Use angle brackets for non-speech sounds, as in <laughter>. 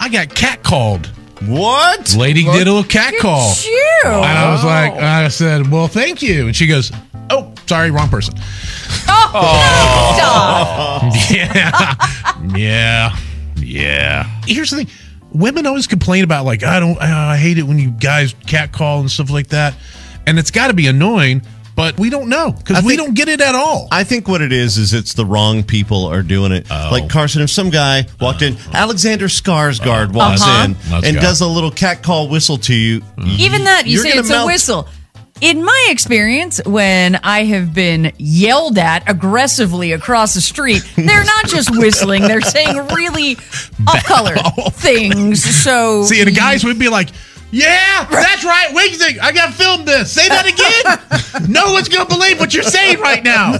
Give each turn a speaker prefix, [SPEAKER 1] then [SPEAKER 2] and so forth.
[SPEAKER 1] I got catcalled.
[SPEAKER 2] What?
[SPEAKER 1] Lady did a little cat call.
[SPEAKER 3] you.
[SPEAKER 1] And I
[SPEAKER 2] Oh.
[SPEAKER 1] was like, I said, well, thank you. And she goes, oh, sorry, wrong person.
[SPEAKER 3] Stop.
[SPEAKER 2] Oh.
[SPEAKER 1] <laughs> yeah. Yeah. Yeah. Here's the thing. Women always complain about like I don't uh, I hate it when you guys catcall and stuff like that, and it's got to be annoying. But we don't know
[SPEAKER 2] I
[SPEAKER 1] because we
[SPEAKER 2] think-
[SPEAKER 1] don't get it at all.
[SPEAKER 2] I think what it is is it's the wrong people are doing it. Like Carson, if some guy walked in, Alexander Skarsgård walks
[SPEAKER 3] Uh-huh.
[SPEAKER 2] in
[SPEAKER 1] Let's
[SPEAKER 2] and
[SPEAKER 1] go.
[SPEAKER 2] does a little cat call whistle to you.
[SPEAKER 3] Even that, you
[SPEAKER 2] You're
[SPEAKER 3] say
[SPEAKER 2] gonna
[SPEAKER 3] it's a
[SPEAKER 2] melt.
[SPEAKER 3] whistle. In my experience, when I have been yelled at aggressively across the street, they're not just whistling; they're saying really
[SPEAKER 1] <laughs>
[SPEAKER 3] off-color things. So,
[SPEAKER 1] See, and the guys would be like,
[SPEAKER 2] <laughs>
[SPEAKER 1] "Yeah, that's right,
[SPEAKER 2] <laughs>
[SPEAKER 1] Wing Zing. I got filmed this. Say that again. no one's gonna believe what you're saying right now."